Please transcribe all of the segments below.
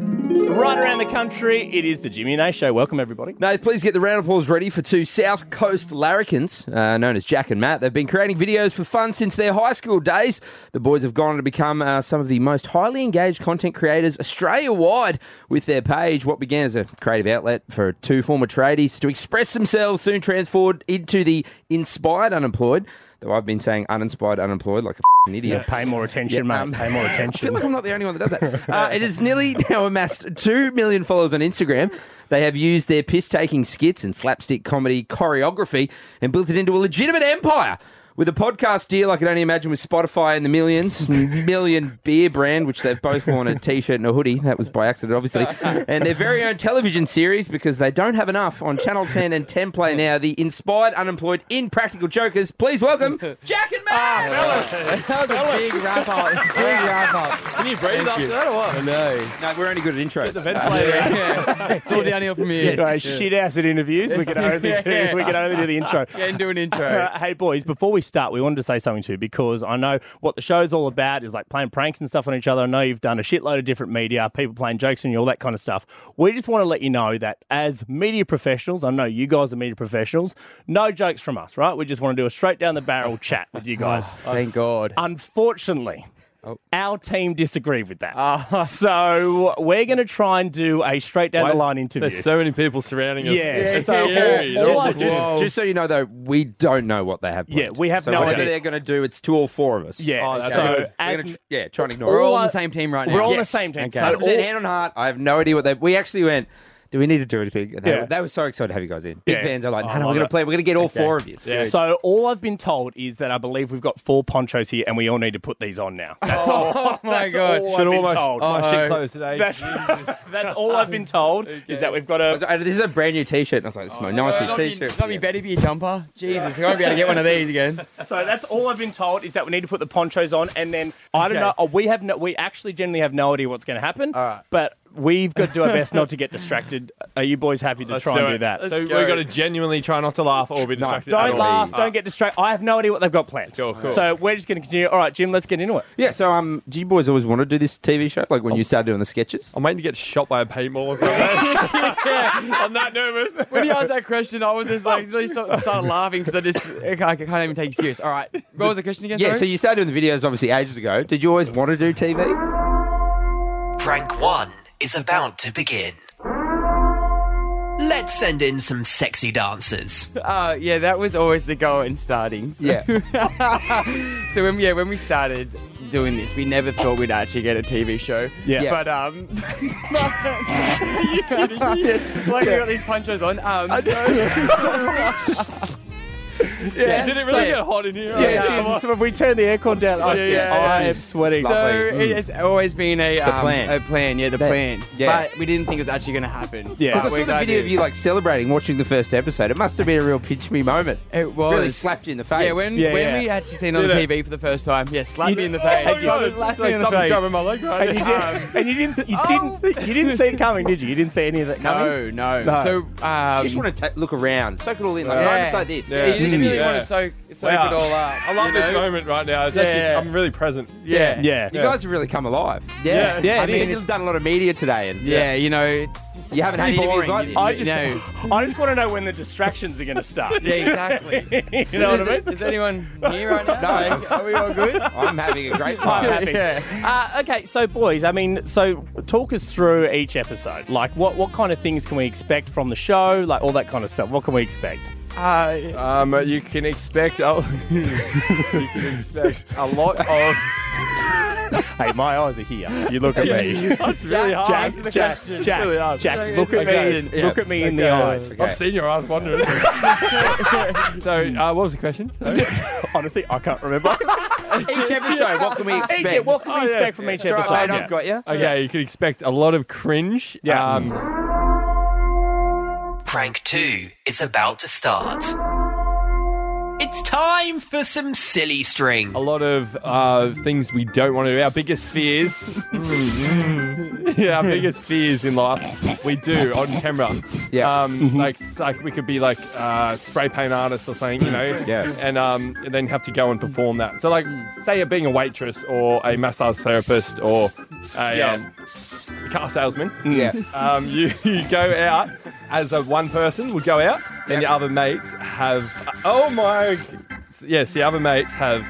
Right around the country, it is the Jimmy and A Show. Welcome, everybody. No, please get the round of applause ready for two South Coast larrikins, uh, known as Jack and Matt. They've been creating videos for fun since their high school days. The boys have gone on to become uh, some of the most highly engaged content creators Australia wide with their page. What began as a creative outlet for two former tradies to express themselves soon transformed into the inspired unemployed. Though I've been saying uninspired unemployed like a fing idiot. Pay more attention, Yeah, um, mate. Pay more I feel attention. like I'm not the only one that does that. Uh, it has nearly now amassed 2 million followers on Instagram. They have used their piss taking skits and slapstick comedy choreography and built it into a legitimate empire. With a podcast deal, I can only imagine with Spotify and the millions, million beer brand, which they've both worn a t shirt and a hoodie. That was by accident, obviously. And their very own television series because they don't have enough on Channel 10 and 10 Play now. The inspired, unemployed, impractical jokers. Please welcome Jack and Matt! Ah, That was a big wrap up. Big wrap up. Can you breathe after that or what? No, we're only good at intros. Yeah. It's all downhill from here. Right, shit ass at interviews. We can only do we can only do the intro. Getting to an intro. Uh, hey boys, before we start, we wanted to say something too because I know what the show's all about is like playing pranks and stuff on each other. I know you've done a shitload of different media, people playing jokes on you, all that kind of stuff. We just want to let you know that as media professionals, I know you guys are media professionals. No jokes from us, right? We just want to do a straight down the barrel chat with you guys. Thank God. Unfortunately, our team disagreed with that. So we're going to try and do a straight down the line interview. There's so many people surrounding us. Yeah, it's so- scary. All- They're all all I- like, just- "Whoa." Just so you know, though, we don't know what they have. Planned. Yeah, we have so no whatever idea. they're going to do, it's to all four of us. yeah, Oh, that's so good. We're as, gonna tr- yeah, try and ignore. We're it. all all on I- the same team right now. we're all on the Yes. same team. Okay. So 100% all- hand on heart. I have no idea what they. We actually went. Do we need to do anything? And they, Yeah. were, they were so excited to have you guys in. Big Yeah. Oh, fans are like, no, I no, we're love going to it. play. We're going to get all four of you. Yeah. So all I've been told is that I believe we've got four ponchos here, and we all need to put these on now. That's all. Oh my That's God. all I've Should Oh, all been my, told. all my shit Uh-oh. clothes today. That's, that's all I've been told is that we've got I was a. like, "Oh, this is a brand new T-shirt, and I was like, "This Oh, is my nice new Not be, T-shirt." not be better be your jumper. Jesus, I won't be able to get one of these again. So that's all I've been told is that we need to put the ponchos on, and then I don't Okay. know. oh, We have no. We actually generally have no idea what's going to happen, but we've got to do our best not to get distracted. Are you boys happy to Let's try and it. do that? So we've go. got to genuinely try not to laugh or be distracted. at Don't all. laugh. Don't get distracted. I have no idea what they've got planned. Cool, cool. So we're just going to continue. All right, Jim, let's get into it. Yeah. So, um, do you boys always want to do this TV show? Like Oh. when you started doing the sketches? I'm waiting to get shot by a paintball or something. I'm that nervous. When he asked that question, I was just like, at least not started laughing because I just I can't, I can't even take you serious. All right, what was the question again? Yeah. sorry? So you started doing the videos obviously ages ago. Did you always want to do TV? Prank one is about to begin. Let's send in some sexy dancers. Uh, yeah, that was always the goal in starting. So, Yeah. so when yeah, when we started doing this, we never thought we'd actually get a TV show. Yeah. But um, are you kidding me? Like we got these ponchos on. Um, yeah. Did it So- really get hot in here? Yeah, yeah. yeah. So if we turn the aircon down, I- Yeah, yeah. I'm sweating. so it, it's always been a, um, plan. a plan. Yeah, the That- plan. yeah. But we didn't think it was actually going to happen. Yeah. Because But I we're saw the glad video it- of you like celebrating watching the first episode. It must have been a real pinch me moment. It was really slapped you in the face. Yeah, when Yeah, when yeah. we actually seen it on Did it. TV for the first time, yeah, slapped You- me in the Oh my face. God, it was like laughing in the something's face. grabbing my leg right Um, And you, now. did, and you didn't, you didn't, see, you didn't see it coming, did you? You didn't see any of that coming. No, no, No. So um, You just want to ta look around, soak it all in. Like, Yeah. oh, it's like this. Yeah. you Mm. just really Yeah. want to soak soak Wow. it all up. I love you this know? moment right now. It's actually, Yeah. I'm really present. Yeah. Yeah. You guys have really come alive. Yeah. Yeah, I it mean, is. you've done a lot of media today, and Yeah, you know, it's you haven't had pretty interviews boring. like this. I just, No. I just want to know when the distractions are going to start. yeah, exactly. you know is, what I mean? is anyone here right now? Like, are we all good? I'm having a great I'm time. happy. Uh, okay, so boys, I mean, so talk us through each episode. Like, what what kind of things can we expect from the show? Like all that kind of stuff. What can we expect? Uh, Um, you can expect. Oh, you can expect a lot of. Hey, my eyes are here. You look at me. That's really hard. Jack, Answer the Jack, question. Jack, Really hard. Jack, look at Okay. me. Yeah. Look at me in the Yeah, eyes. Okay. I've seen your eyes wandering. so, uh, what was the question? Sorry. Honestly, I can't remember. each episode, what can we expect? Yeah, what can we Oh, yeah. expect from each It's all episode? right, mate, Yeah. I've got you. Okay, you can expect a lot of cringe. Yeah. Um, Prank two is about to start. It's time for some silly string. a lot of uh, things we don't want to do. Our biggest fears. yeah, our biggest fears in life we do on camera. Yeah. Mm-hmm. Um, like, s- like we could be like uh, spray paint artists or something, you know. Yeah. And um, and then have to go and perform that. So like, say you're being a waitress or a massage therapist or a um, car salesman. Yeah. Um, you, you go out as a one person would go out, and your other mates have. Oh my! Yes, the other mates have.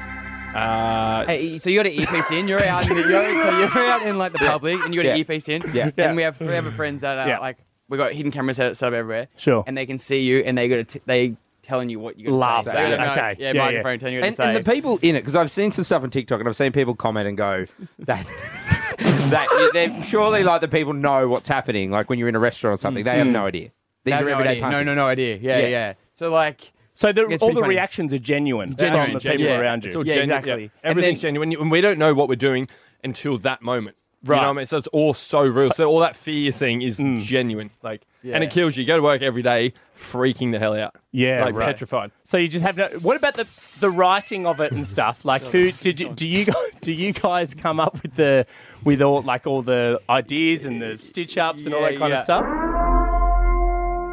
Uh, Hey, so you got an earpiece in. You're out. In the, you're, so you're out in like the public, and you got an Yeah. earpiece in. Yeah. And we have three other friends that are Yeah. like we got hidden cameras set, set up everywhere. Sure. And they can see you, and they got to t- they telling you what you got. Love say. that. So they don't know- Okay. Yeah, Yeah, yeah. microphone telling you what And, to say. and the people in it, because I've seen some stuff on TikTok and I've seen people comment and go, that, that they're surely like the people know what's happening. Like when you're in a restaurant or something, Mm-hmm. they have no idea. These They have are no everyday idea. No, punters. no, no idea. Yeah, Yeah. yeah. So like, So the, It's all pretty the funny. reactions are genuine from Genuine, the people genuine. around It's all you. Yeah, genu- exactly. And Everything's then- genuine, and we don't know what we're doing until that moment. Right. You know what I mean? So it's all so real. So, all that fear thing is genuine. Like, and Yeah. it kills you. You go to work every day, freaking the hell out. Yeah, like right. petrified. So you just have no. What about the the writing of it and stuff? Like, who did you do you gu- do you guys come up with the with all like all the ideas and the stitch ups and all that Yeah, kind of yeah. stuff?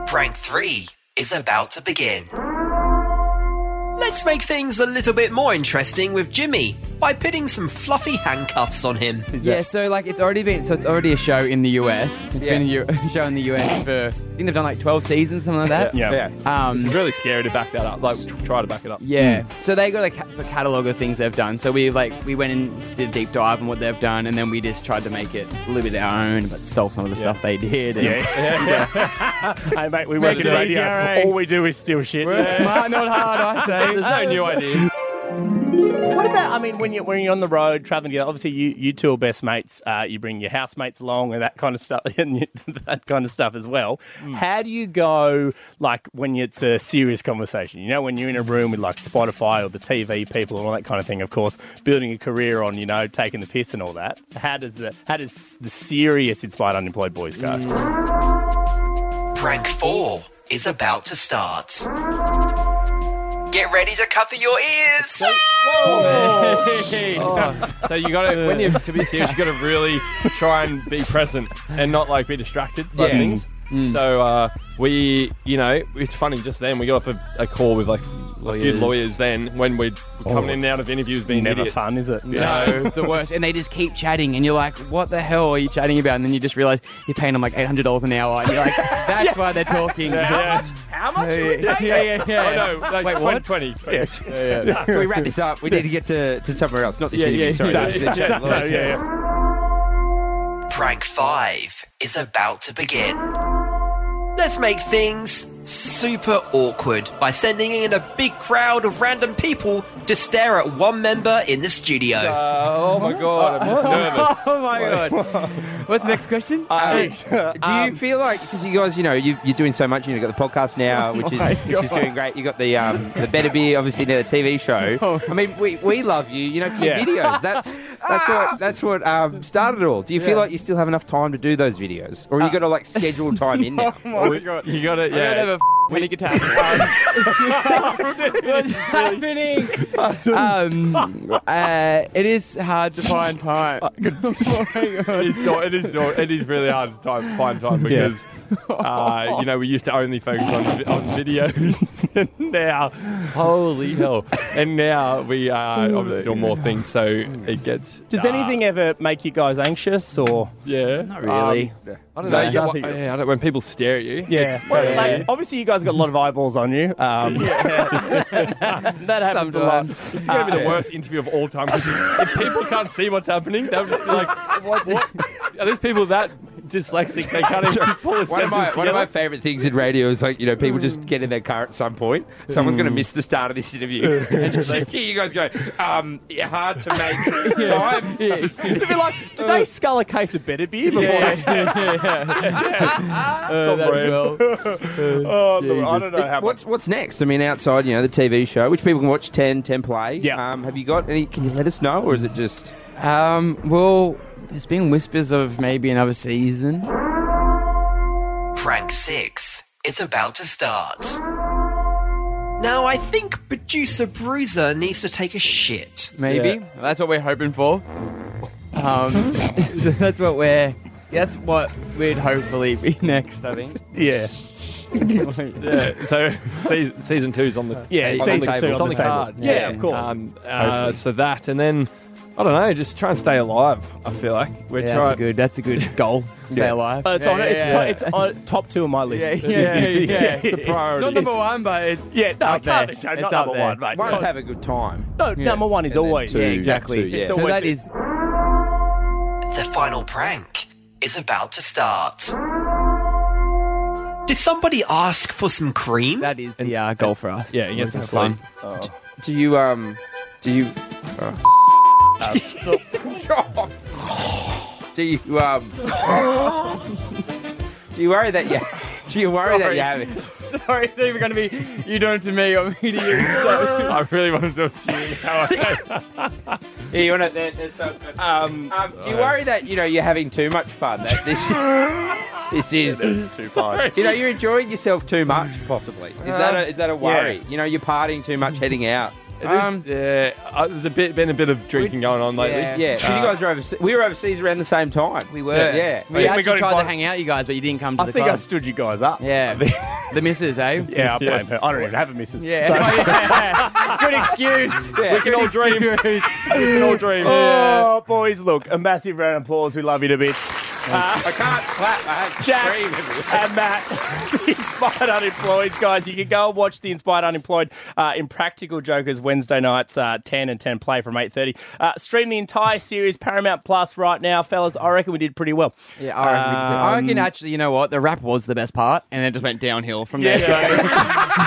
Prank 3 is about to begin. Let's make things a little bit more interesting with Jimmy by putting some fluffy handcuffs on him. yeah. So like, it's already been. So it's already a show in the US. It's been a U- show in the US for. I think they've done like 12 seasons, something like that. Yeah. Yeah. Um, It's really scary to back that up. Like, try to back it up. Yeah. So they got a, ca- a catalog of things they've done. So we like we went and did a deep dive on what they've done, and then we just tried to make it a little bit our own, but stole some of the stuff they did. and- Hey mate, we work Makes in it radio. easier, eh? All we do is steal shit. Work Yeah. smart, not hard. I say. There's no new ideas. What about? I mean, when you when you're on the road traveling together, obviously you, you two are best mates. Uh, you bring your housemates along and that kind of stuff, and you, that kind of stuff as well. How do you go like when it's a serious conversation? You know, when you're in a room with like Spotify or the TV people and all that kind of thing. Of course, building a career on you know taking the piss and all that. How does the how does the serious inspired unemployed boys go? Prank 4 is about to start. Get ready to cover your ears! Oh. So you got to when you to be serious, you got to really try and be present and not like be distracted by Yeah. things. Mm. So uh, we, you know, it's funny. Just then we got off a, a call with like a few Lawyers. lawyers. Then when we're Oh, coming in and out of interviews, being Never idiots. fun, is it? No, it's the worst. And they just keep chatting, and you're like, what the hell are you chatting about? And then you just realize you're paying them like $800 an hour, and you're like, that's why they're talking. Yeah. How much? Yeah, yeah, yeah, yeah. Oh, no, like Wait, 20, what? 20. Yeah. Can we wrap this up? We need to get to, to somewhere else. Not this Yeah, interview, yeah, sorry. no, the- the chat, No, yeah, Lawrence. yeah. Prank 5 is about to begin. Let's make things super awkward by sending in a big crowd of random people to stare at one member in the studio. Oh my god, I'm just nervous. Oh my god. What's the next question? Do um, you feel like because you guys, you know, you, you're doing so much, you know, you've got the podcast Oh now, which is which is doing great. You got the um, the Better Beer, obviously, now the TV show. Oh. I mean, we, we love you, you know, for your Yeah. videos. That's that's what that's what um, started it all. Do you feel like you still have enough time to do those videos, or Uh, you got to like schedule time in now? You got to I don't have a yeah. f- panic attack. What's happening? um, uh, it is hard to find time. It is, do- it is do- it is really hard to time, find time because uh, you know we used to only focus on vi- on videos and now holy hell and now we uh, obviously do more things so it gets Does dark. anything ever make you guys anxious or? yeah Not I really. don't No, know yeah, nothing. wha- yeah, I don't, when people stare at you Yeah. it's- Well, yeah. like, obviously, you guys got a lot of eyeballs on you. Um, that happens a lot. Sometimes. It's gonna be the worst interview of all time. 'cause if people can't see what's happening, they'll just be like, "What? Are these people that dyslexic? They can't even pull a One of, sentence my, one of my together?" favorite things in radio is like, you know, people just get in their car at some point. Someone's Mm. going to miss the start of this interview. and it's just hear you guys go, um, yeah, hard to make time. They'd be like, did they scull a case of better beer before? Uh, Oh, the- I don't know how much. What's what's next? I mean, outside, you know, the TV show, which people can watch 10, 10 play. Yeah. Um, have you got any? Can you let us know, or is it just Um, well, there's been whispers of maybe another season. Prank 6 is about to start. Now, I think producer Bruiser needs to take a shit. Maybe that's what we're hoping for. Um, so that's what we're. That's what we'd hopefully be next. I think. Yeah. Yeah, so season, season two's on the Yeah, it's season on the two table. on It's on the the table. cards. Yeah, of course. Um, uh, so that and then I don't know. Just try and stay alive. I feel like we're Yeah, that's a trying. good. That's a good goal. Stay alive. Uh, it's Yeah, on. yeah, it's, yeah. it's on top two of my list. Yeah, It's- yeah, it's- yeah, yeah. It's a priority. Not number one, but it's Yeah, no, can't up there. be shown, It's not up number there. one, mate. One's Can't- have a good time. No, number one is always. Yeah, exactly. yeah. So Always that two. is The final prank is about to start. Did somebody ask for some cream? that is the uh, goal for us. Yeah, you get some fun. Do you um? Do you? do you um? do you worry that you? Do you worry that you have it? Sorry, it's either going to be you do it to me or me to you. So I really wanted to. How I- Yeah, you want to? There's some, um, um, do you worry that you know you're having too much fun? That this, this is too far. you know you're enjoying yourself too much. Possibly is that a, is that a worry? You know you're partying too much, heading out. um, yeah, uh, there's a bit been a bit of drinking going on lately. Yeah. Yeah, 'cause you guys were overseas. We were overseas around the same time. we were. Yeah. Yeah. We, We- we actually got tried to invited- hang out, you guys, but you didn't come to I the think I club. stood you guys up. yeah. the missus, eh? Yeah, I blame Yes. her. I don't even have a missus. Yeah. So- Yeah. Good excuse. Yeah. We can all dream. we can all dream. Oh, boys, look, a massive round of applause. We love you to bits. I can't clap. I have Jack cream everywhere. and Matt, the Inspired Unemployed guys. You can go and watch the Inspired Unemployed uh, in Practical Jokers Wednesday nights, uh, ten and ten play from eight thirty. Uh, stream the entire series Paramount Plus right now, fellas. I reckon we did pretty well. Yeah, I reckon, we just- I reckon Um, actually, you know what? The rap was the best part, and then it just went downhill from there. Yeah. So.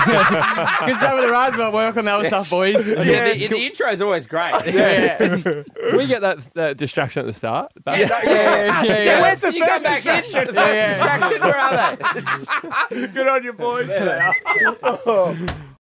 Because some of the rhymes won't work on the other stuff, boys. Yeah. Yeah, the, the intro is always great. yeah, Can we get that, that distraction at the start? That- yeah, yeah, yeah. Yeah, where's the you first go back distraction? In, the first distraction, where are they? Good on you, boys.